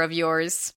of yours.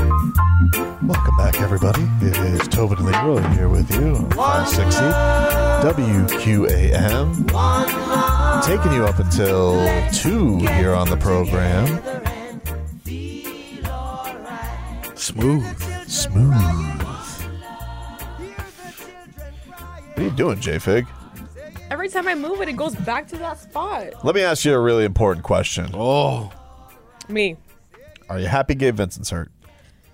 Welcome back, everybody. It is Tobin and Leroy here with you on 560 WQAM. Taking you up until 2 here on the program. Smooth. Smooth. What are you doing, J-Fig? Every time I move it, it goes back to that spot. Let me ask you a really important question. Oh. Me. Are you happy Gabe Vincent's hurt?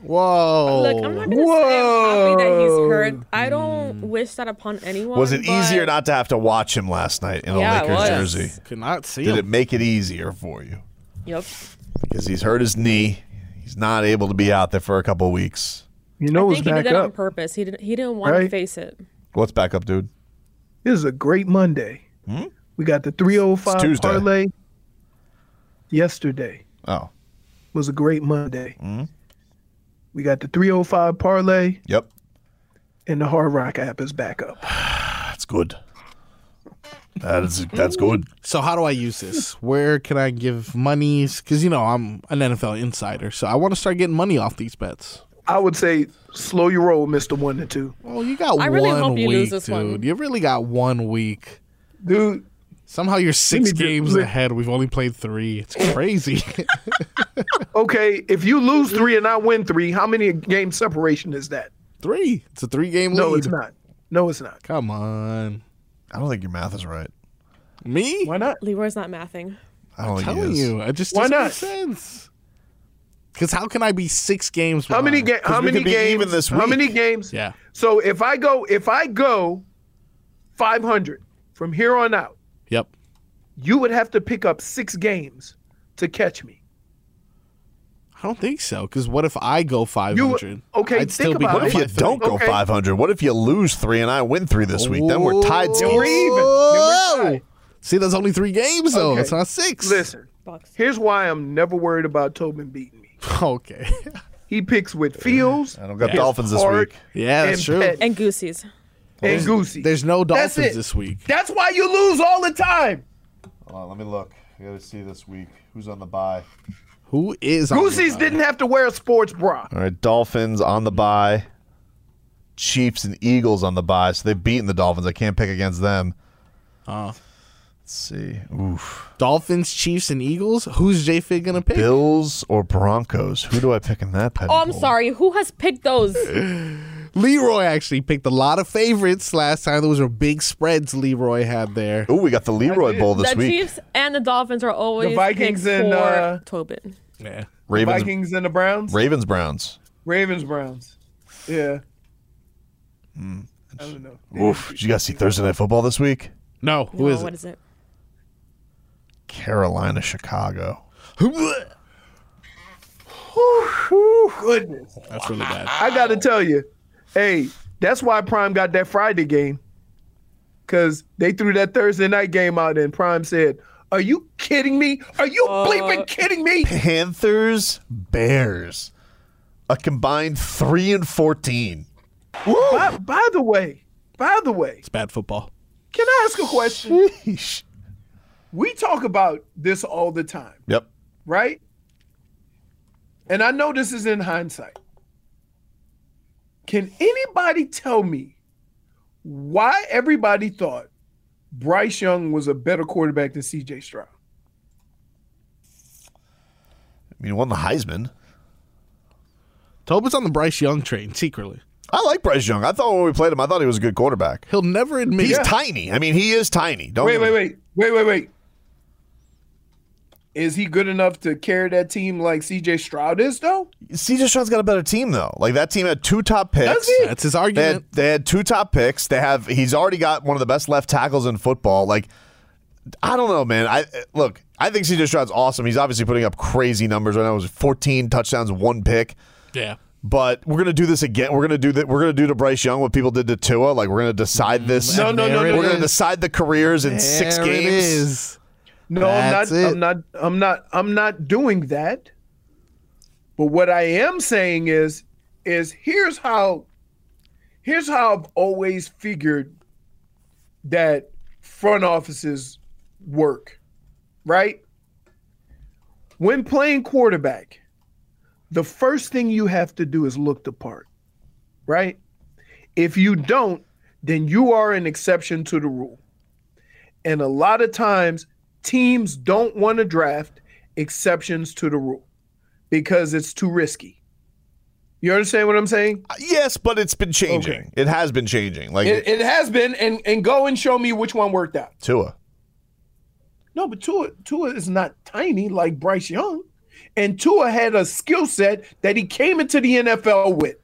Whoa. Look, I'm not gonna say I'm happy that he's hurt. I don't wish that upon anyone. Was it but- easier not to have to watch him last night in a Yeah, it Lakers was. jersey? Could not see Did it him. make it easier for you? Yep. because he's hurt his knee. He's not able to be out there for a couple weeks. You know I what's think he did back that on up. purpose. He didn't. He didn't want to Right? face it. What's back up, dude? This is a great Monday. We got the Hmm? It's 305 Tuesday. parlay. Yesterday Oh, was a great Monday. Hmm? We got the 305 parlay yep. and the Hard Rock app is back up. That's good. That is that's good. So how do I use this? Where can I give monies? Because you know I'm an NFL insider, so I want to start getting money off these bets. I would say slow your roll, Mr. 1 and 2. Oh, you got I really one hope you week, lose this dude. one. You really got one week. Dude, Somehow you're six just games look. ahead. We've only played three. It's crazy. okay, if you lose 3 and I win 3, how many game separation is that? three. It's a three game lead. No, it's not. No, it's not. Come on, I don't think your math is right. me. Why not? Leroy's not mathing. I don't think telling it is. you, it just Why doesn't not? make sense. Because how can I be six games? How many behind? ga- how we many could be games even this How many week. games? Yeah. So if I go if I go 500 from here on out, Yep. you would have to pick up 6 games to catch me. I don't think so. Because what if I go five hundred? okay, I'd think still be about What if it. you don't go Okay. 500? What if you lose three and I win three this week? Then we're tied. Then Still. We're even. Then we're tied. See, there's only three games though. Okay. It's not six. Listen, Bucks. here's why I'm never worried about Tobin beating me. Okay. He picks with Fields. I don't got Dolphins this Hard week. yeah, that's and true. Pet And Goosey's. and Goosey. There's no That's Dolphins it. this week. That's why you lose all the time. Hold on, let me look. I got to see this week who's on the bye. Who is on the Goosey's bye? didn't have to wear a sports bra. All right, Dolphins on the bye. Chiefs and Eagles on the bye, so they've beaten the Dolphins. I can't pick against them. Uh. Let's see. Oof. Dolphins, Chiefs, and Eagles. Who's J Fig gonna pick? Bills or Broncos? Who do I pick in that? Oh, I'm sorry. Who has picked those? Leroy actually picked a lot of favorites last time. Those were big spreads Leroy had there. Oh, we got the Leroy Bowl this the week. Chiefs and the Dolphins are always The Vikings picked and, for uh, Tobin. Yeah. Ravens, Vikings and the Browns. Ravens, Browns. Ravens Browns. Yeah. I don't know. Oof! Did you guys see Thursday Night Football this week? No. Who No, is what it? is it? Carolina, Chicago. Goodness. That's really bad. I got to tell you, hey, that's why Prime got that Friday game. Because they threw that Thursday night game out, and Prime said, Are you kidding me? Are you bleeping kidding me? Panthers, Bears. A combined three and fourteen. By, by the way, by the way, It's bad football. can I ask a question? we talk about this all the time, Yep. right? And I know this is in hindsight. Can anybody tell me why everybody thought Bryce Young was a better quarterback than CJ Stroud? I mean, he won the Heisman. Tobin's on the Bryce Young train secretly. I like Bryce Young. I thought when we played him, I thought he was a good quarterback. He'll never admit. He's it. tiny. I mean, he is tiny. Don't Wait, even- wait, wait, wait, wait, wait. Is he good enough to carry that team like CJ Stroud is, though? CJ Stroud's got a better team though. Like that team had two top picks. Does he? That's his They had, argument. they had two top picks. They have he's already got one of the best left tackles in football. Like I don't know, man. I look, I think CJ Stroud's awesome. He's obviously putting up crazy numbers right now. It was 14 touchdowns, one pick. yeah. But we're gonna do this again. We're gonna do that. We're gonna do to Bryce Young what people did to Tua. Like we're gonna decide this. Mm, No, no, no, There no, it We're no, gonna is. decide the careers in six There it games. is. No, That's I'm it. not. I'm not. I'm not. I'm not doing that. But what I am saying is, is here's how, here's how I've always figured that front offices work, right? When playing quarterback, the first thing you have to do is look the part, right? If you don't, then you are an exception to the rule. And a lot of times, teams don't want to draft exceptions to the rule because it's too risky. You understand what I'm saying? Uh, Yes, but it's been changing. Okay. It has been changing. Like It, it has been, and, and go and show me which one worked out. Tua. No, but Tua, Tua is not tiny like Bryce Young. And Tua had a skill set that he came into the NFL with.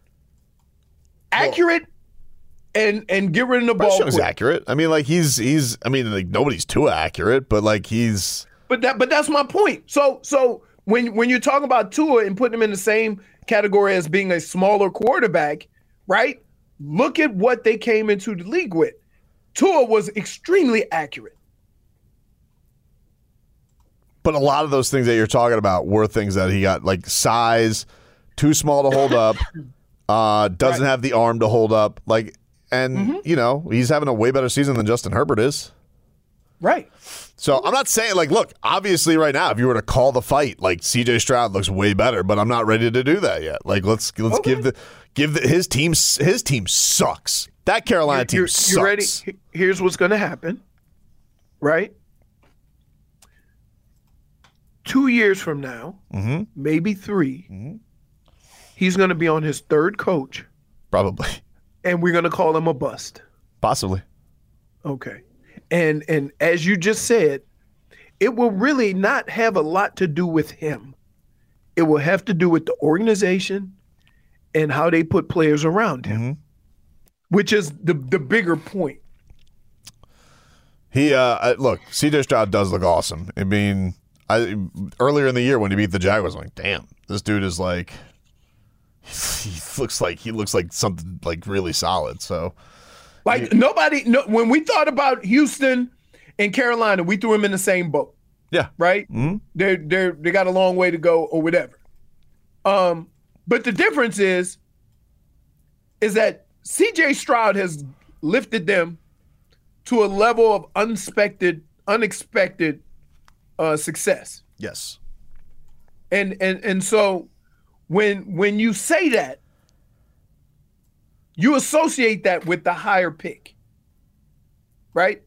Accurate and and get rid of the Bryce ball. Young's quick. accurate. I mean, like he's he's. I mean, like nobody's too accurate, but like he's. But that but that's my point. So so when when you're talking about Tua and putting him in the same category as being a smaller quarterback, right? Look at what they came into the league with. Tua was extremely accurate. But a lot of those things that you're talking about were things that he got like size, too small to hold up, uh, doesn't have the arm to hold up, like, and Mm-hmm. you know he's having a way better season than Justin Herbert is. Right. So I'm not saying like, look, obviously right now, if you were to call the fight, like CJ Stroud looks way better, but I'm not ready to do that yet. Like let's let's Okay. give the give the, his team s- his team sucks. That Carolina team you're, sucks. you're ready. He- Here's what's going to happen, right? Two years from now, Mm-hmm. maybe 3 he's going to be on his third coach, Probably, and we're going to call him a bust. possibly. Okay, and and as you just said, it will really not have a lot to do with him. It will have to do with the organization and how they put players around him, which is the the bigger point. He uh uh, look, CJ Stroud does look awesome. I mean, I earlier in the year when he beat the Jaguars, I'm like, damn, this dude is like, he looks like he looks like something like really solid. So Like nobody, no, when we thought about Houston and Carolina, we threw him in the same boat, yeah, right? Mm-hmm. They they they got a long way to go or whatever. Um, but the difference is, is that C.J. Stroud has lifted them to a level of unexpected, unexpected uh, success. yes, And and and so when when you say that, you associate that with the higher pick. Right?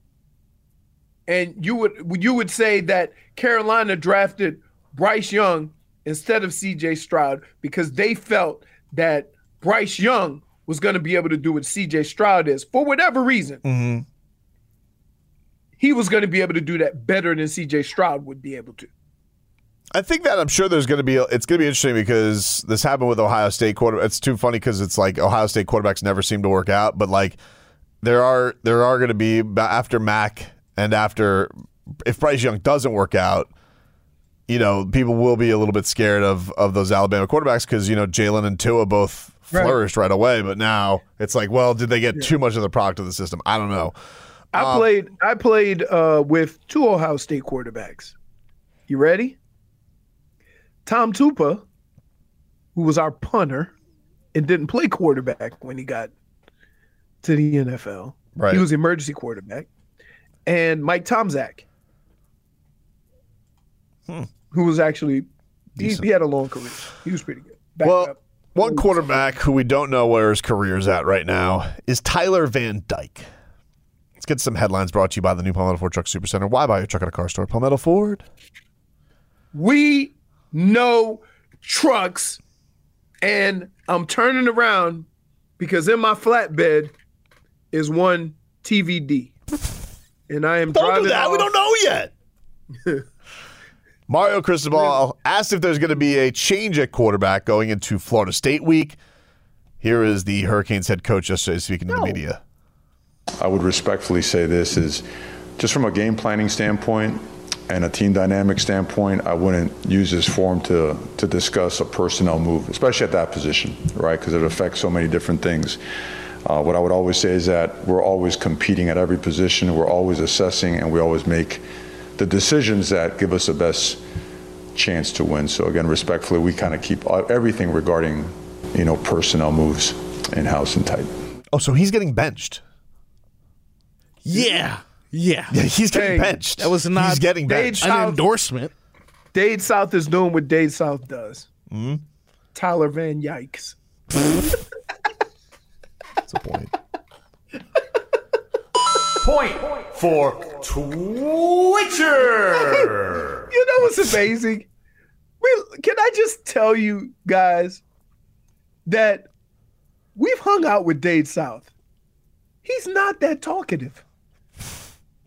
And you would you would say that Carolina drafted Bryce Young instead of CJ Stroud because they felt that Bryce Young was going to be able to do what CJ Stroud is for whatever reason. He was going to be able to do that better than CJ Stroud would be able to. I think that I'm sure there's going to be it's going to be interesting because this happened with Ohio State quarter. It's too funny because it's like Ohio State quarterbacks never seem to work out, but like there are there are going to be ba- after Mac and after if Bryce Young doesn't work out, you know people will be a little bit scared of of those Alabama quarterbacks because you know Jalen and Tua both flourished right. away, but now it's like well did they get too much of the product of the system? I don't know. I Um, played I played uh, with two Ohio State quarterbacks. You ready? Tom Tupa, who was our punter and didn't play quarterback when he got to the NFL. Right. He was emergency quarterback. And Mike Tomzak, Hmm. who was actually he, he had a long career. He was pretty good. Back Well, up. One quarterback who we don't know where his career's at right now is Tyler Van Dyke. Let's get some headlines brought to you by the new Palmetto Ford Truck Supercenter. Why buy your truck at a car store? Palmetto Ford. We know trucks, and I'm turning around because in my flatbed is one TVD, and I am Don't driving. do that. We off- don't know yet. Mario Cristobal asked if there's going to be a change at quarterback going into Florida State week. Here is the Hurricanes head coach yesterday speaking to the media. I would respectfully say this is just from a game planning standpoint and a team dynamic standpoint, I wouldn't use this forum to, to discuss a personnel move, especially at that position, right? Because it affects so many different things. Uh, what I would always say is that we're always competing at every position, we're always assessing, and we always make the decisions that give us the best chance to win. So again, respectfully, we kind of keep uh, everything regarding, you know, personnel moves in-house and tight. Oh, so he's getting benched. Yeah. Yeah. Yeah, he's getting Dang. benched. That was not- He's getting They benched. ch- An endorsement. Dade South is doing what Dade South does. Tyler Van Yikes. That's a point. You know what's amazing? We can I just tell you guys that we've hung out with Dade South. He's not that talkative.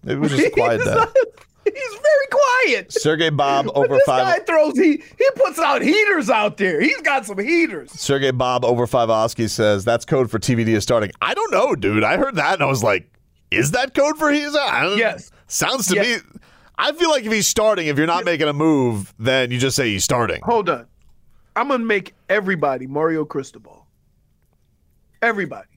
Maybe we just quiet he's, that. not- he's very quiet. Sergey Bob But over this five. guy throws he he puts out heaters out there. He's got some heaters. Sergey Bob over five Oski says that's code for TVD is starting. I don't know, dude. I heard that and I was like, is that code for he's? I don't, Yes. Sounds to Yes. me. I feel like if he's starting, if you're not making a move, then you just say he's starting. Hold on. I'm gonna make everybody Mario Cristobal. Everybody.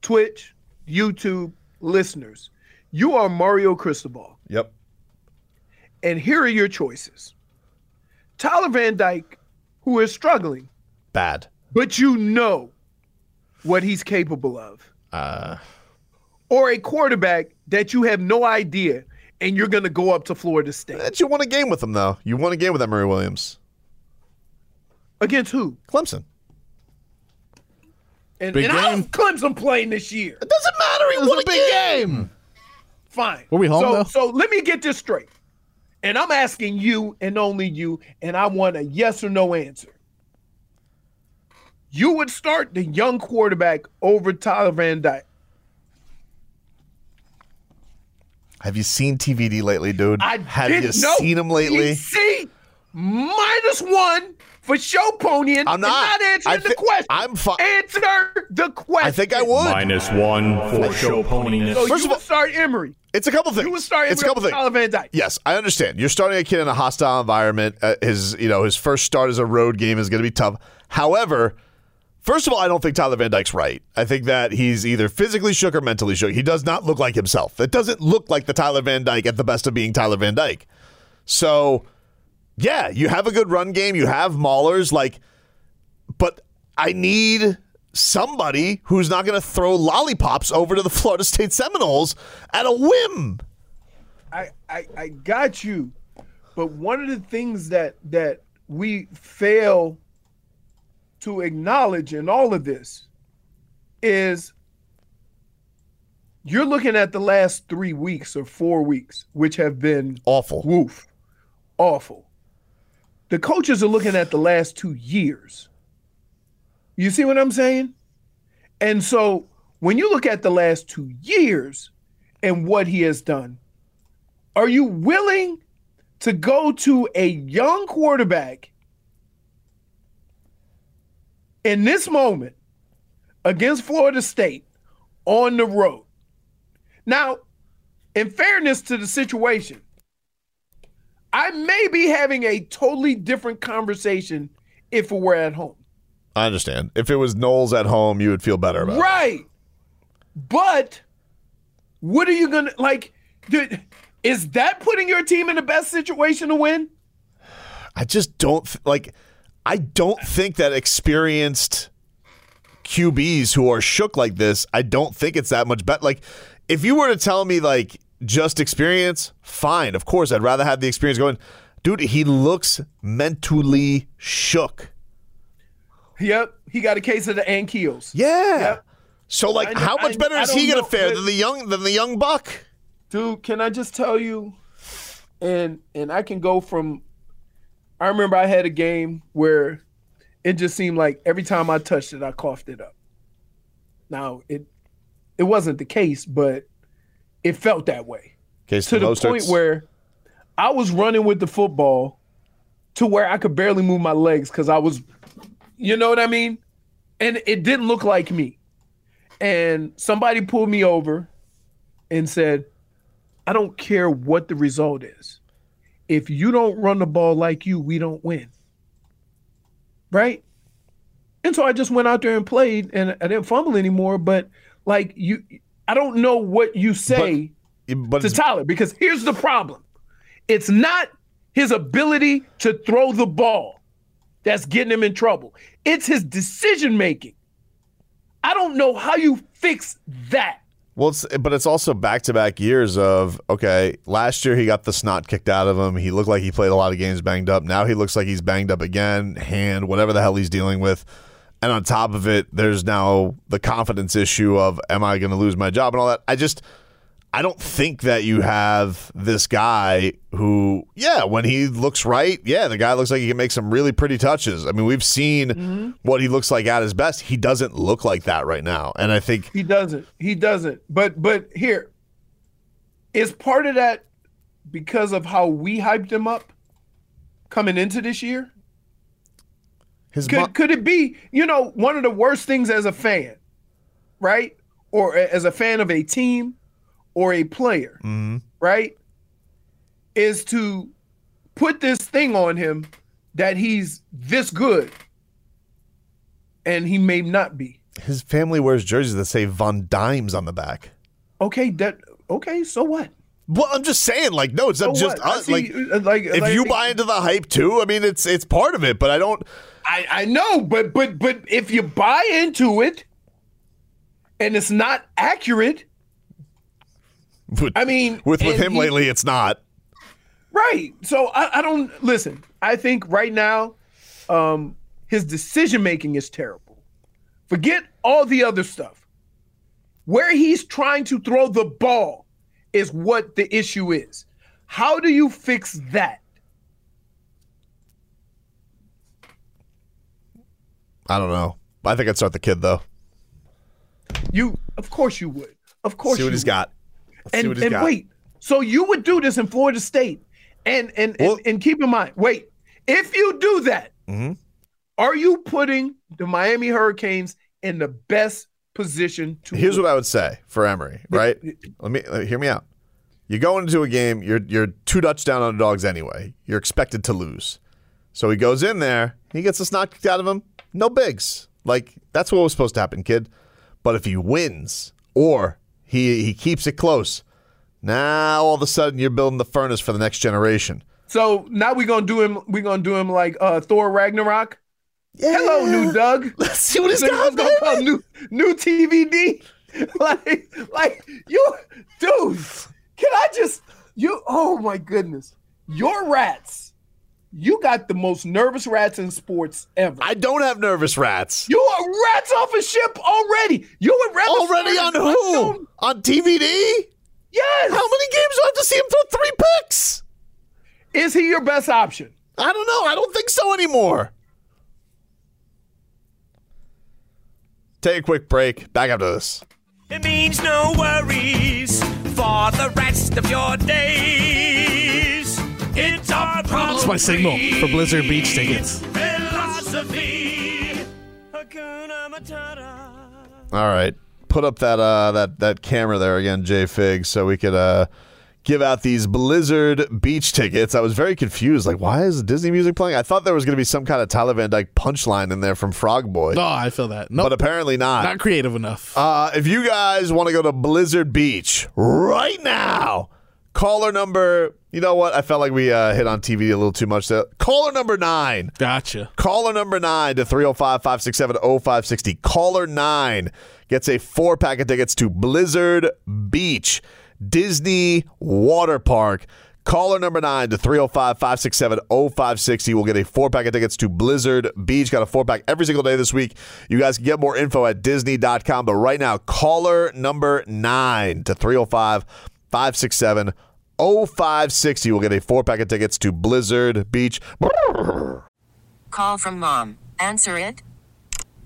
Twitch, YouTube, listeners. You are Mario Cristobal. Yep. And here are your choices. Tyler Van Dyke, who is struggling, Bad. but you know what he's capable of. Uh. or a quarterback that you have no idea and you're going to go up to Florida State. That you won a game with him though. You won a game with that Murray Williams. Against who? Clemson. And, Big and how's game. Clemson playing this year? It doesn't matter. He It was won Hmm. a big game. Fine. Were we home, so, though? So let me get this straight. And I'm asking you and only you, and I want a yes or no answer. You would start the young quarterback over Tyler Van Dyke. Have you seen TVD lately, dude? I Have didn't you know. seen him lately? See, minus one for Showponian. I'm and not. not answering I the thi- question. I'm fi- Answer the question. I think I would. Minus one for show poniness. So First you of would all- start Emory. It's a couple things. You would start Emory. it's a couple over things. Tyler Van Dyke. Yes, I understand. You're starting a kid in a hostile environment. Uh, his, you know, his first start as a road game is going to be tough. However, first of all, I don't think Tyler Van Dyke's right. I think that he's either physically shook or mentally shook. He does not look like himself. It doesn't look like the Tyler Van Dyke at the best of being Tyler Van Dyke. So, yeah, you have a good run game. You have Maulers, like, but I need somebody who's not going to throw lollipops over to the Florida State Seminoles at a whim. I, I I got you, but one of the things that that we fail to acknowledge in all of this is you're looking at the last three weeks or four weeks, which have been Awful. woof, awful. The coaches are looking at the last two years. You see what I'm saying? And so when you look at the last two years and what he has done, are you willing to go to a young quarterback in this moment against Florida State on the road? Now, in fairness to the situation, I may be having a totally different conversation if it were at home. I understand. If it was Knowles at home, you would feel better about it. Right. But what are you going to like dude, is that putting your team in the best situation to win? I just don't th- like. I don't think that experienced QBs who are shook like this. I don't think it's that much better. Like, if you were to tell me like just experience, fine. Of course, I'd rather have the experience going. Dude, he looks mentally shook. Yep, he got a case of the Ankylos. Yeah. Yep. So like, I kn- how I much kn- better I is he don't gonna know, fare but- than the young than the young buck? dude can i just tell you and and i can go from i remember i had a game where it just seemed like every time i touched it i coughed it up now it it wasn't the case but it felt that way Case to the Mostart's- point where i was running with the football to where i could barely move my legs because i was you know what i mean and it didn't look like me and somebody pulled me over and said, I don't care what the result is. If you don't run the ball like you, we don't win. Right? And so I just went out there and played and I didn't fumble anymore. But like you I don't know what you say but to it's- Tyler because here's the problem. It's not his ability to throw the ball that's getting him in trouble. It's his decision making. I don't know how you fix that. well, it's, but it's also back to back years of okay. Last year he got the snot kicked out of him. He looked like he played a lot of games banged up. Now he looks like he's banged up again, hand, whatever the hell he's dealing with. And on top of it, there's now the confidence issue of am I going to lose my job and all that. I just I don't think that you have this guy who, yeah, when he looks right, yeah, the guy looks like he can make some really pretty touches. I mean, we've seen what he looks like at his best. He doesn't look like that right now. And I think He doesn't. He doesn't. But but here is part of that because of how we hyped him up coming into this year. his Could mo- could it be, you know, one of the worst things as a fan, right? Or a- as a fan of a team or a player, right? Is to put this thing on him that he's this good and he may not be. his family wears jerseys that say Von Dimes on the back. Okay, that okay, so what? Well, I'm just saying, like, no, it's not So just Oh, what? I us. see- like. uh, like If like- you buy into the hype too, I mean, it's it's part of it, but I don't. I, I know, but but but if you buy into it and it's not accurate, With, I mean with with and him he- lately, it's not. Right. So I, I don't listen, I think right now, um, his decision making is terrible. Forget all the other stuff. Where he's trying to throw the ball is what the issue is. How do you fix that? I don't know. I think I'd start the kid though. You of course you would. Of course See you what he's would. got. See and, what he's and got. wait so you would do this in florida state and and Well- and, and keep in mind wait if you do that Mhm. are you putting the miami hurricanes in the best position to Here's win? what I would say for Emery, right? Let me let- hear me out. You go into a game, you're you're two touchdown underdogs anyway. You're expected to lose. So he goes in there, he gets this knocked out of him. No bigs. Like that's what was supposed to happen, kid. But if he wins or he he keeps it close, now all of a sudden you're building the furnace for the next generation. so now we're gonna do him we're gonna do him like uh thor ragnarok hello new doug Let's see what he's So you got. just gonna baby. call new new TVD? like like you dude, can I just you oh my goodness. Your rats, you got the most nervous rats in sports ever. I don't have nervous rats. you are rats off a ship already. You would rather Already on start a who? cartoon? On TVD? Yes. How many games do I have to see him throw three picks? Is he your best option? I don't know. I don't think so anymore. Take a quick break. Back after this. It means no worries for the rest of your days. It's our problem. That's my signal for Blizzard Beach tickets. Philosophy. Hakuna Matata. All right. Put up that uh, that that camera there again, Jay Fig, so we could uh, give out these Blizzard beach tickets. I was very confused. Like, why is Disney music playing? I thought there was going to be some kind of Tyler Van Dyke punchline in there from Frog Boy, Oh, I feel that. No, but apparently not creative enough. Uh, if you guys want to go to Blizzard Beach right now, caller number. You know what? I felt like we uh, hit on TV a little too much. There. Caller number nine. gotcha. Caller number nine to 305 567 0560. oh. Caller nine gets a four pack of tickets to Blizzard Beach, Disney Water Park. Caller number nine to 305 567 0560 oh. will get a four pack of tickets to Blizzard Beach. Got a four pack every single day this week. You guys can get more info at Disney.com. But right now, caller number nine to 305 567 0560 will get a four pack of tickets to Blizzard Beach. Call from mom. Answer it.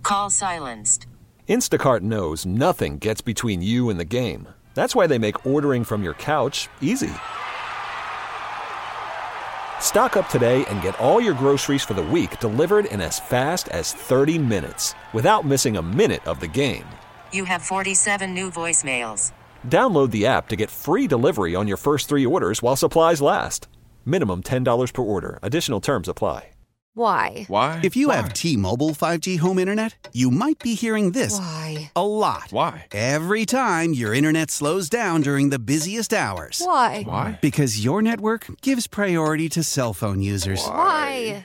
Call silenced. Instacart knows nothing gets between you and the game. That's why they make ordering from your couch easy. Stock up today and get all your groceries for the week delivered in as fast as 30 minutes without missing a minute of the game. You have 47 new voicemails. Download the app to get free delivery on your first three orders while supplies last. Minimum $10 per order. Additional terms apply. Why? Why? If you have T-Mobile 5G home internet, you might be hearing this Why? a lot. Why? Every time your internet slows down during the busiest hours. Why? Because your network gives priority to cell phone users. Why?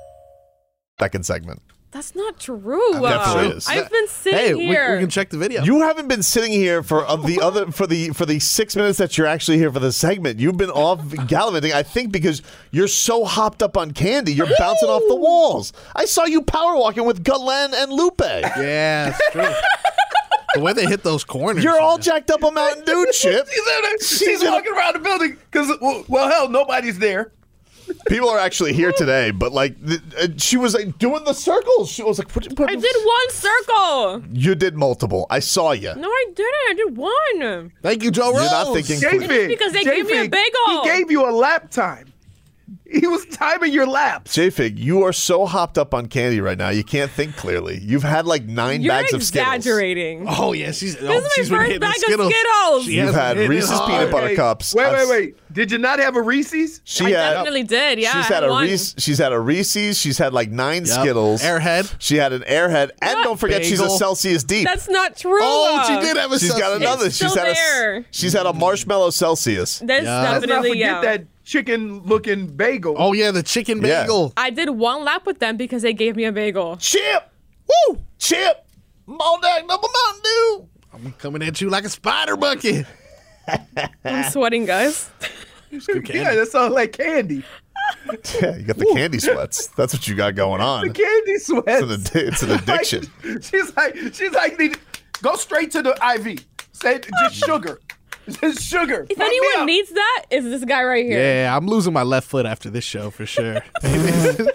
Second segment. That's not true. Definitely is. I've been sitting Hey, we, we here. can check the video. You haven't been sitting here for of the other for the for the six minutes that you're actually here for the segment. You've been off gallivanting, I think, because you're so hopped up on candy, you're bouncing off the walls. I saw you power walking with Galen and Lupe. yeah, it's true. the way they hit those corners. You're all man. jacked up on Mountain Dew, Chip. She's, in there- she's She's in a- walking around the building because, well, well, hell, nobody's there. People are actually here today, but like th- uh, she was like doing the circles. She was like, what, what- I did one circle. You did multiple. I saw you. No, I didn't. I did one. Thank you, Joe You're Rose. not thinking David, clear. because they gave me a David, bagel. He gave you a lap time. He was timing your laps. J-Fig, you are so hopped up on candy right now. You can't think clearly. You've had like 9 You're bags of Skittles. exaggerating. Oh yeah, she's. This is my first bag of Skittles. She You've has had hit it Reese's Oh, hard. peanut butter Hey, cups. Wait, I've wait, s- wait. Did you not have a Reese's? She I had, definitely did. Yeah, she's I had a one. Reese, she's had a Reese's. She's had like nine Yep. Skittles. Airhead. She had an Airhead, and Yeah. don't forget she's a Bagel. Celsius deep. That's not true. Oh, she though. did have a. she's got Celsius. another. It's she's still had a. there. She's had a marshmallow Celsius. That's Yeah. Let's not definitely forget yeah. that chicken looking bagel. Oh yeah, the chicken Yeah. bagel. I did one lap with them because they gave me a bagel. Chip, woo, Chip, Maldag number Mountain Dew. I'm coming at you like a spider monkey. I'm sweating, guys. yeah, that sounds like candy. Yeah, you got the candy sweats. That's what you got going The on. candy It's sweats. an, addi- it's an addiction. Like, she's like, she's like, need- go straight to the IV. Say just sugar, just sugar. If anyone needs that, is this guy right here. Yeah, I'm losing my left foot after this show for sure. Every time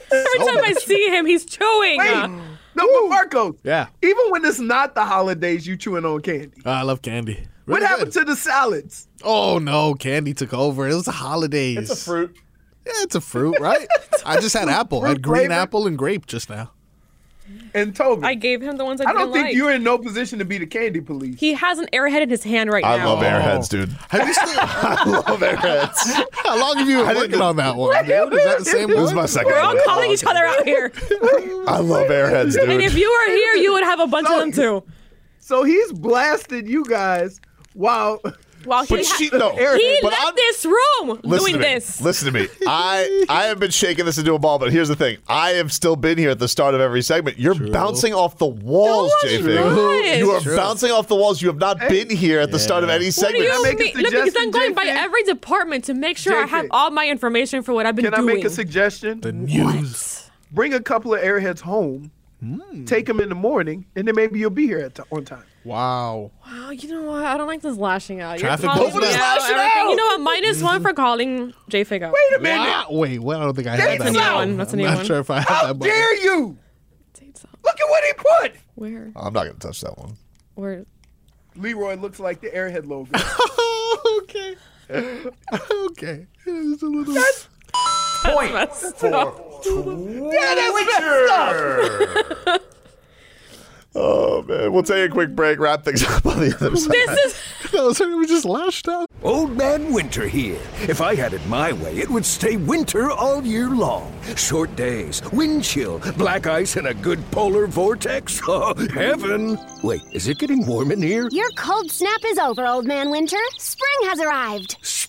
I see him, he's chewing. Wait, Uh, no, but Marco. Yeah. Even when it's not the holidays, you chewing on candy. I love candy. What Really happened good. to the salads? Oh no, candy took over. It was the holidays. It's fruit. Yeah, it's a fruit, right? I just had apple. I had Fruit green flavor. apple and grape just now. And Toby, I I, gave him the ones I, don't didn't think like. you're in no position to be the candy police. He has an airhead in his hand right I now. love airheads, dude. Have you seen? I love airheads. How long have you been working on that one? dude? Is that the same This one? is my second. We're all one. calling each other out here. I love airheads, dude. And if you were here, you would have a bunch of them too. So he's blasting you guys while While he, But ha- she- no. he But left I'm- this room Listen doing to me. this. Listen to me. I I have been shaking this into a ball, but here's the thing. I have still been here at the start of every segment. You're bouncing off the walls, No, I'm JP. not. You are True. bouncing off the walls. You have not been here at the start of any What do segment. you make a mean? Look, because I'm suggestion, going by JK? every department to make sure I have JK. all my information for what I've been Can I doing. make a suggestion? News. Bring a couple of airheads home, take them in the morning, and then maybe you'll be here at t- on time. Wow. Oh, you know what? I don't like this lashing out. You're Traffic calling me police. out, Nobody's lashing everything. out. You know what? Minus one for calling J Fig out. Wait a minute. Wow. Ah, Wait, well, I don't think I That's have a that. new one. That's a I'm new not one. sure if I have How that. button. dare you? Look at what he put. Where? I'm not going to touch that one. Where? Leroy looks like the airhead logo. Oh okay. okay. It's a little. Point for Twitter. Oh man, we'll take a quick break. Wrap things up on the other side. is. no, sorry, we just lashed out. Old Man Winter here. If I had it my way, it would stay winter all year long. Short days, wind chill, black ice, and a good polar vortex. Oh, heaven! Wait, is it getting warm in here? Your cold snap is over, Old Man Winter. Spring has arrived.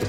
the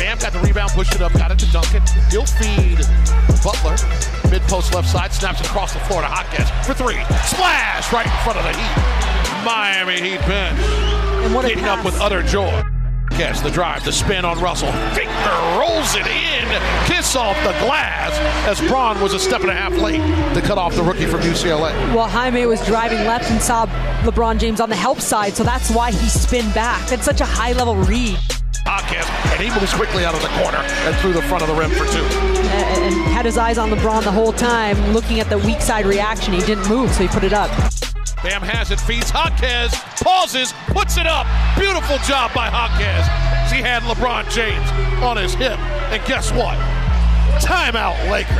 Bam got the rebound, pushed it up, got it to Duncan. He'll feed Butler. Mid post left side, snaps it across the floor to Hopkins for three. Splash right in front of the Heat. Miami Heat Ben. And what Getting up with utter joy. Catch the drive, the spin on Russell. Finger rolls it in. Kiss off the glass as Braun was a step and a half late to cut off the rookie from UCLA. Well, Jaime was driving left and saw LeBron James on the help side, so that's why he spinned back. That's such a high level read. Hopkins, and he moves quickly out of the corner and through the front of the rim for two. And, and had his eyes on LeBron the whole time, looking at the weak side reaction. He didn't move, so he put it up. Bam has it, feeds Hawkes, pauses, puts it up. Beautiful job by Hawkes. He had LeBron James on his hip. And guess what? Timeout, Lakers.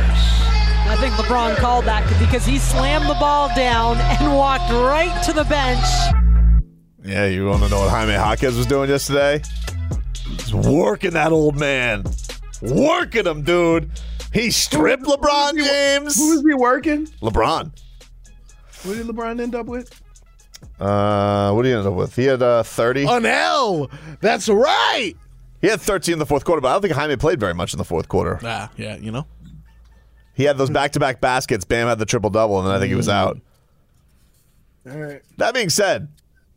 I think LeBron called that because he slammed the ball down and walked right to the bench. Yeah, you want to know what Jaime Jaquez was doing yesterday? He's working that old man. Working him, dude. He stripped LeBron James. Who is he working? LeBron. What did LeBron end up with? Uh, what did he end up with? He had uh, 30. An L. That's right. He had 13 in the fourth quarter, but I don't think Jaime played very much in the fourth quarter. Ah, yeah, you know. He had those back to back baskets. Bam had the triple double, and then I think he was out. All right. That being said,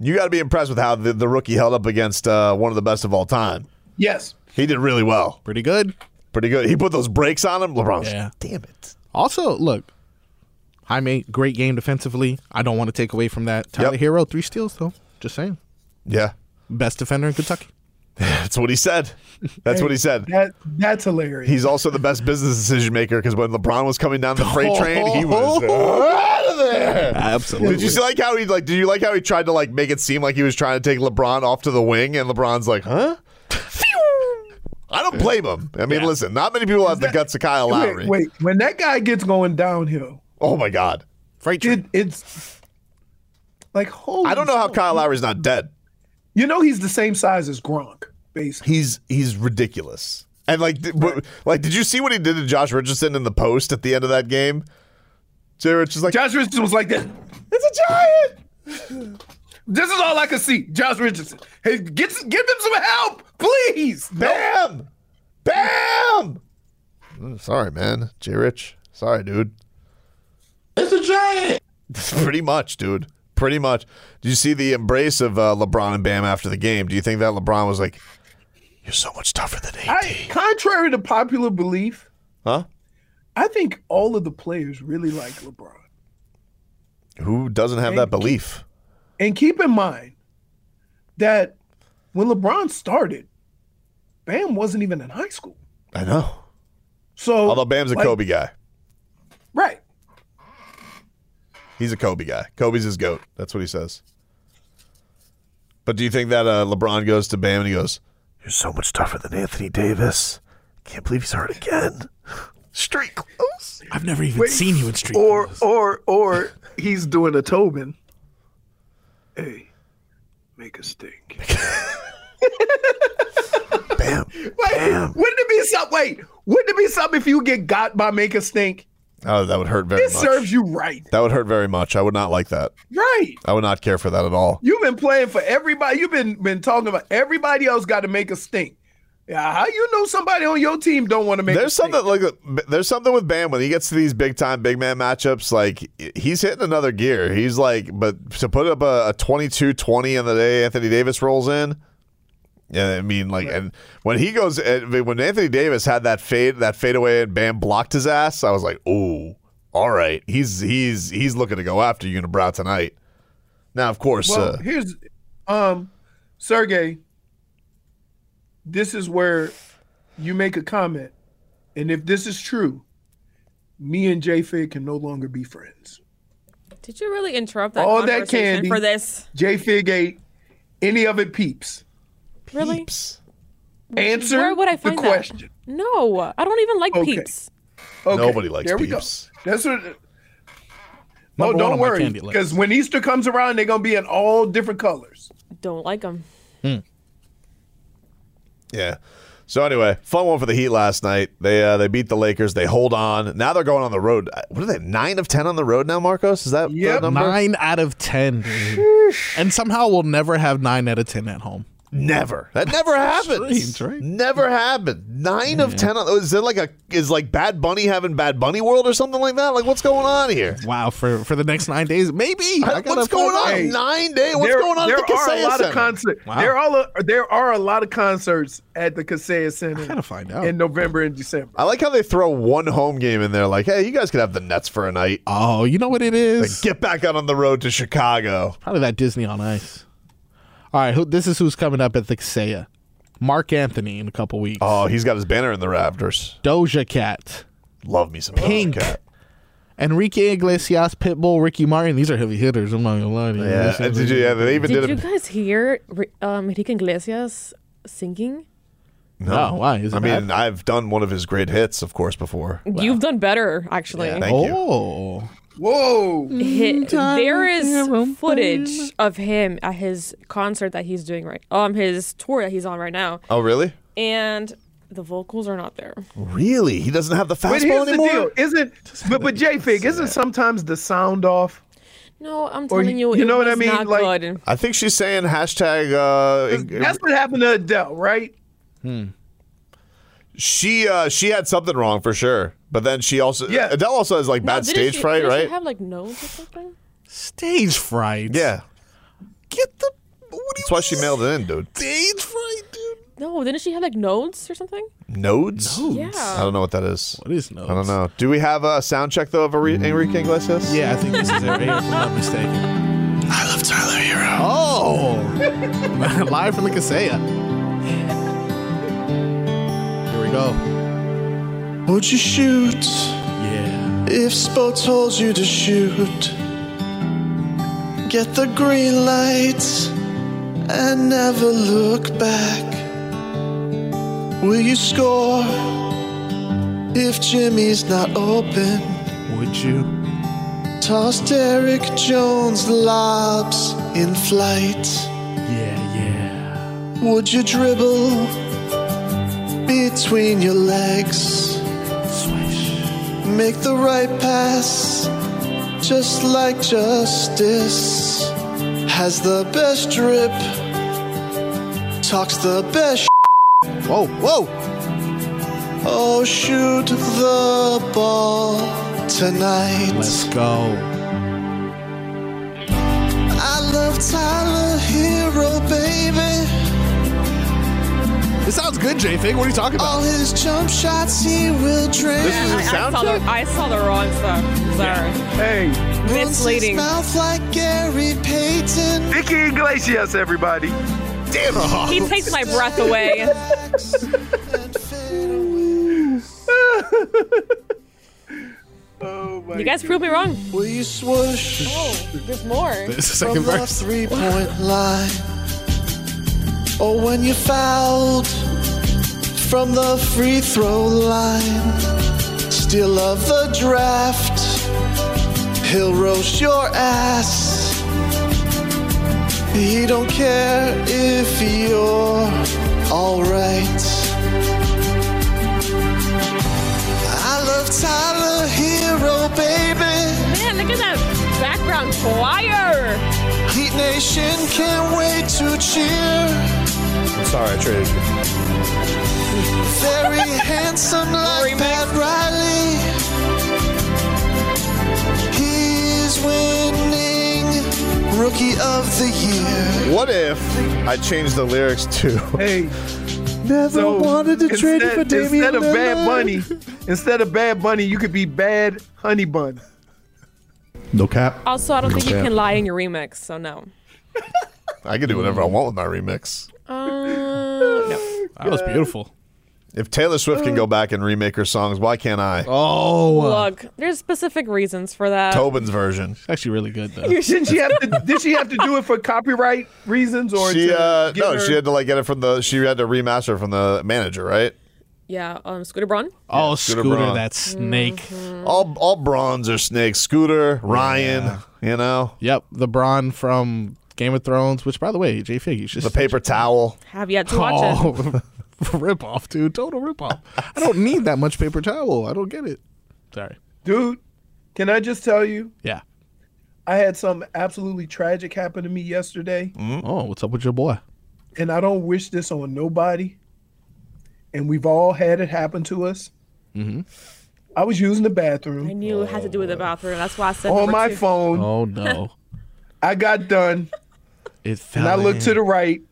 you got to be impressed with how the, the rookie held up against uh, one of the best of all time. Yes. He did really well. Pretty good. Pretty good. He put those brakes on him. LeBron. was- Yeah. Damn it. Also, look, Jaime, great game defensively. I don't want to take away from that. Tyler Hero, three steals though. Just saying, Yeah. best defender in Kentucky. That's what he said. That's what he said. That that's hilarious. He's also the best business decision maker because when LeBron was coming down the freight train, he was out of there. Oh. Absolutely. Did you see like how he like? Did you like how he tried to like make it seem like he was trying to take LeBron off to the wing, and LeBron's like, huh? I don't blame him. I mean, listen, not many people have the guts of Kyle Lowry. Wait, wait, when that guy gets going downhill, Oh my God, freight it, it's like holy. I don't know how smoke. Kyle Lowry's not dead. You know he's the same size as Gronk, basically. He's he's ridiculous. And like, di- w- like, did you see what he did to Josh Richardson in the post at the end of that game? Jay Rich is like, Josh Richardson was like this. It's a giant. This is all I can see. Josh Richardson. Hey, get give him some help, please. Bam! Bam! "Mm, sorry, man, Jay Rich, sorry, dude. It's a giant. Pretty much, dude. Pretty much. Did you see the embrace of uh, LeBron and Bam after the game? Do you think that LeBron was like, "You're so much tougher than AD"? I, contrary to popular belief, Huh? I think all of the players really like LeBron. Who doesn't have that belief? And keep in mind that when LeBron started, Bam wasn't even in high school. I know. So although Bam's a like- Kobe guy, Right. he's a Kobe guy. Kobe's his goat. That's what he says. But do you think that uh, LeBron goes to Bam and he goes, "You're so much tougher than Anthony Davis. Can't believe he's hurt again." Street clothes. I've never even Wait, seen you in street. Or or or he's doing a Tobin. Hey, make a stink. bam. Wait, wouldn't it be something? Wait, wouldn't it be something if you get got by make a stink? Oh, that would hurt very It much. serves you right. That would hurt very much. I would not like that. Right. I would not care for that at all. You've been playing for everybody. You've been been talking about everybody else got to make a stink. Yeah, how you know somebody on your team don't want to make There's something like there's something with Bam when he gets to these big time big man matchups. Like he's hitting another gear. He's like, but to put up a, a 22-20 on the day Anthony Davis rolls in. Yeah, I mean, like, and when he goes, I mean, when Anthony Davis had that fade, that fadeaway, and Bam blocked his ass, I was like, oh, all right, he's he's he's looking to go after you Brown tonight. Now, of course, Well, uh, here's um Sergey. This is where you make a comment, and if this is true, me and J Fig can no longer be friends. Did you really interrupt that All that conversation candy for this? J Fig ate any of it peeps. Really? Answer Where would I the find that? question. No, I don't even like Okay. peeps. Okay, Nobody likes there peeps. We go. That's what. Number No, one don't on my worry, candy list. because when Easter comes around, they're gonna be in all different colors. Don't like them. Yeah. So anyway, fun one for the Heat last night. They uh, they beat the Lakers. They hold on. Now they're going on the road. Uh, What are they? Nine of ten on the road now, Marcos. Is that the number? Nine out of ten, dude. and somehow we'll never have nine out of ten at home. Never. That never happens. Strange, right? Never happened. Nine of ten. On, is it like a is like Bad Bunny having Bad Bunny World or something like that? Like what's going on here? Wow, for for the next nine days, maybe. I gotta what's going on? find out. Nine day. What's There- going on There at the are Kaseya a lot Center? of concerts. Wow. There are a, there are a lot of concerts at the Kaseya Center. I gotta find out in November and December. I like how they throw one home game in there. Like, hey, you guys could have the Nets for a night. Oh, you know what it is? Like, get back out on the road to Chicago. Probably that Disney on Ice. All right, who, this is who's coming up at the Kaseya. Mark Anthony in a couple weeks. Oh, he's got his banner in the rafters. Doja Cat, Love me some Pink, Cat. Enrique Iglesias, Pitbull, Ricky Martin. These are heavy hitters. I'm not gonna lie to you. Yeah, This is- did you- yeah, they even Did did, you a, guys hear Re- um, Enrique Iglesias singing? No, why? Is it I mean, bad? I've done one of his great hits, of course, before. You've done better, actually. Thank you. oh, Whoa! Hi- there Time is footage of him at his concert that he's doing right, um, his tour that he's on right now, Oh, really? and the vocals are not there. Really? He doesn't have the But fastball here's anymore. the deal: isn't but, but J Fig isn't sometimes the sound off? No, I'm Or telling you- you, you it know what I was mean? Not Like- good. I think she's saying hashtag. Uh, That's what happened to Adele, right? she uh, she had something wrong for sure, but then she also yeah. Adele also has like No, bad didn't stage she- fright, didn't she right? have like nose or something. stage fright. yeah, Get the that's why she mailed it in, dude. stage fright, dude. No, didn't she have like nodes or something? Nodes. Yeah. I don't know what that is. What is notes? I don't know. Do we have a sound check though of Enri- Enrique Iglesias? Yeah, I think this is it right here, if I'm not mistaken. I love Tyler Hero. Oh! Live from the Kaseya. Here we go. Would you shoot Yeah. if sports told you to shoot? Get the green light and never look back. Will you score if Jimmy's not open? Would you? Toss Derek Jones lobs in flight. Yeah, yeah. Would you dribble between your legs? Make the right pass, just like justice. Has the best drip, talks the best. Whoa, whoa! Oh, shoot the ball tonight. Let's go. love Tyler Hero, baby. It sounds good, J Fig. What are you talking about? All his jump shots he will drain. I- I, saw the, I saw the wrong stuff. Sorry. Hey. Misleading. Mouth like Gary Payton. Vicky Iglesias, everybody. Damn. He takes my breath away. you guys proved me wrong. Will you swoosh? Oh, there's more. There's a from second the verse. three point line. Or when you fouled from the free throw line. Still of the draft. He'll roast your ass. He don't care if you're alright. I love Tyler Hero, baby. Man, look at that background choir. Heat Nation can't wait to cheer. I'm sorry, I traded you. Very handsome like Pat Riley. He's winning Rookie of the Year. What if I change the lyrics to Hey, Never wanted to trade you for instead, Damian instead of Bad Lillard. Bunny, instead of Bad Bunny, you could be Bad Honey Bun. no cap? Also, I don't think you Yeah. can lie in your remix, so no. I can do whatever I want with my remix. Uh, no. That was beautiful. If Taylor Swift can go back and remake her songs, why can't I? Oh, Look, there's specific reasons for that. Tobin's version. it's actually really good though. Didn't she have to? Did she have to do it for copyright reasons or? She to uh, get no, her- she had to like get it from the. She had to remaster it from the manager, right? Yeah, um, Scooter Braun. Oh, Scooter Scooter, Braun. that snake. All all bronze are snakes. Scooter, Ryan, you know Yep, the Braun from Game of Thrones. Which, by the way, J Fig, you should the paper towel. Have yet to watch it. Oh, rip off, dude! Total rip off. I don't need that much paper towel. I don't get it. Sorry. Dude, can I just tell you? Yeah. I had something absolutely tragic happen to me yesterday, Oh, what's up with your boy? and I don't wish this on nobody. And we've all had it happen to us. Mhm. I was using the bathroom I knew it had to do with the bathroom. That's why I said on number my two. phone. Oh no, I got done, it and fell. I looked to in. the right,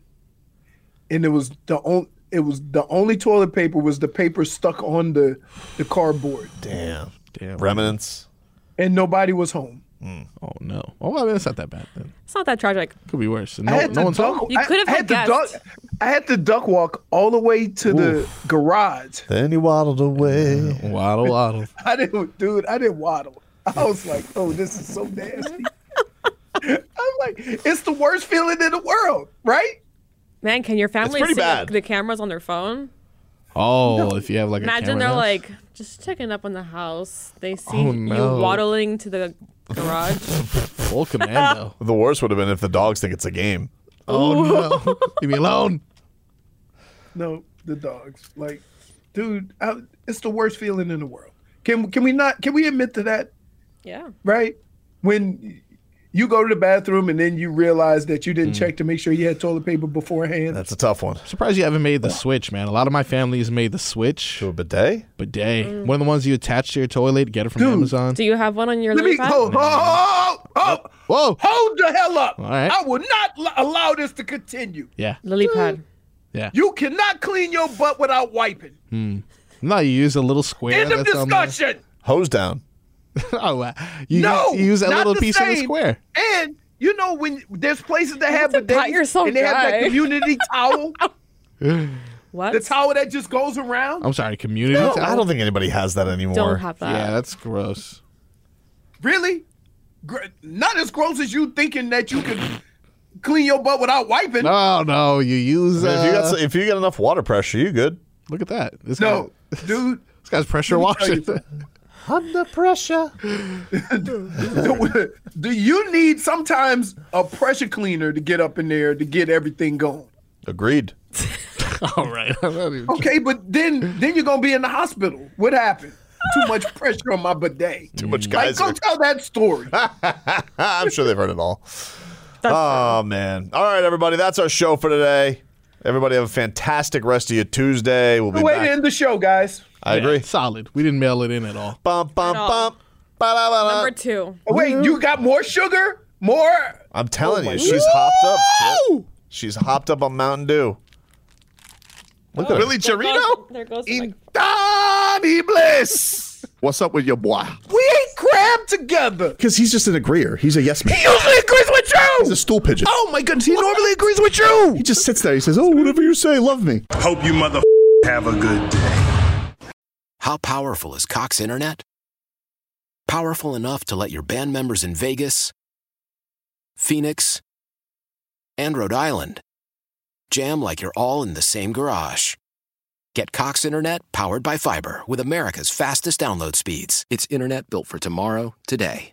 and it was the only it was the only toilet paper was the paper stuck on the the cardboard, Damn, Damn. remnants. and nobody was home. Oh no. Oh, well, I mean, it's not that bad then. It's not that tragic. Could be worse. I No, had no to one's duck, home. You I- could have I had to duck. guessed. I had to duck walk all the way to the garage. Then he waddled away. Waddle waddle. I didn't, dude. I didn't waddle. I was like, oh, this is so nasty. I'm like, it's the worst feeling in the world, right? Man, can your family pretty see bad. the cameras on their phone? Oh, if you have like a Imagine camera they're now. like just checking up on the house. They see Oh, no. you waddling to the garage. full commando. The worst would have been if the dogs think it's a game. oh no, leave me alone. No, the dogs. Like, dude, I, it's the worst feeling in the world. Can can we not? Can we admit to that? yeah. Right? When you go to the bathroom and then you realize that you didn't Mm. check to make sure you had toilet paper beforehand. That's a tough one. Surprised you haven't made the switch, man. A lot of my family has made the switch. To a bidet. Bidet. One of the ones you attach to your toilet, get it from Mm. Dude. Amazon. Do you have one on your Let me lily pad? hold. Oh, oh, Whoa. hold the hell up! All right. I will not l- allow this to continue. Yeah. Lily pad. You cannot clean your butt without wiping. No, you use a little square. End of that's on there. discussion. Hose down. oh, wow. You, No, use, you use a not little the piece of the same. square. And you know when there's places that have have to pat bidets yourself and they have that dry. community towel, What? the towel that just goes around. I'm sorry, community. I don't- towel? I don't think anybody has that anymore. Don't have that. Yeah, that's gross. Really? Gr- Not as gross as you thinking that you could clean your butt without wiping. No, Oh, no, you use. Uh, if you got if you got enough water pressure, you good. look at that. This No, guy- dude. this guy's pressure washing. Under pressure. Do, do you need sometimes a pressure cleaner to get up in there to get everything going? Agreed. All right. I'm not even- Okay, but then then you're gonna be in the hospital. What happened? Too much pressure on my bidet. Too much Like, geyser. go tell that story. I'm sure they've heard it all. Oh man! All right, everybody, that's our show for today. Everybody have a fantastic rest of your Tuesday. We'll be Way back. to end the show, guys. I agree. Solid. We didn't mail it in at all. Bum bum all. bum. Ba-da-ba-da. Number two. Oh, wait, you got more sugar? More I'm telling Oh my you, she's God. hopped up. Chip. She's hopped up on Mountain Dew. Look at her. Willie Chirino? There goes Intanibles! What's up with your boy? We ain't crammed together. Because he's just an agreeer. He's a yes man. He usually agrees with you. He's a stool pigeon. Oh my goodness, he normally agrees with you. He just sits there. He says, "Oh, whatever you say, love me." Hope you mother have a good day. How powerful is Cox Internet? Powerful enough to let your band members in Vegas, Phoenix, and Rhode Island jam like you're all in the same garage. Get Cox Internet powered by fiber with America's fastest download speeds. It's internet built for tomorrow, today.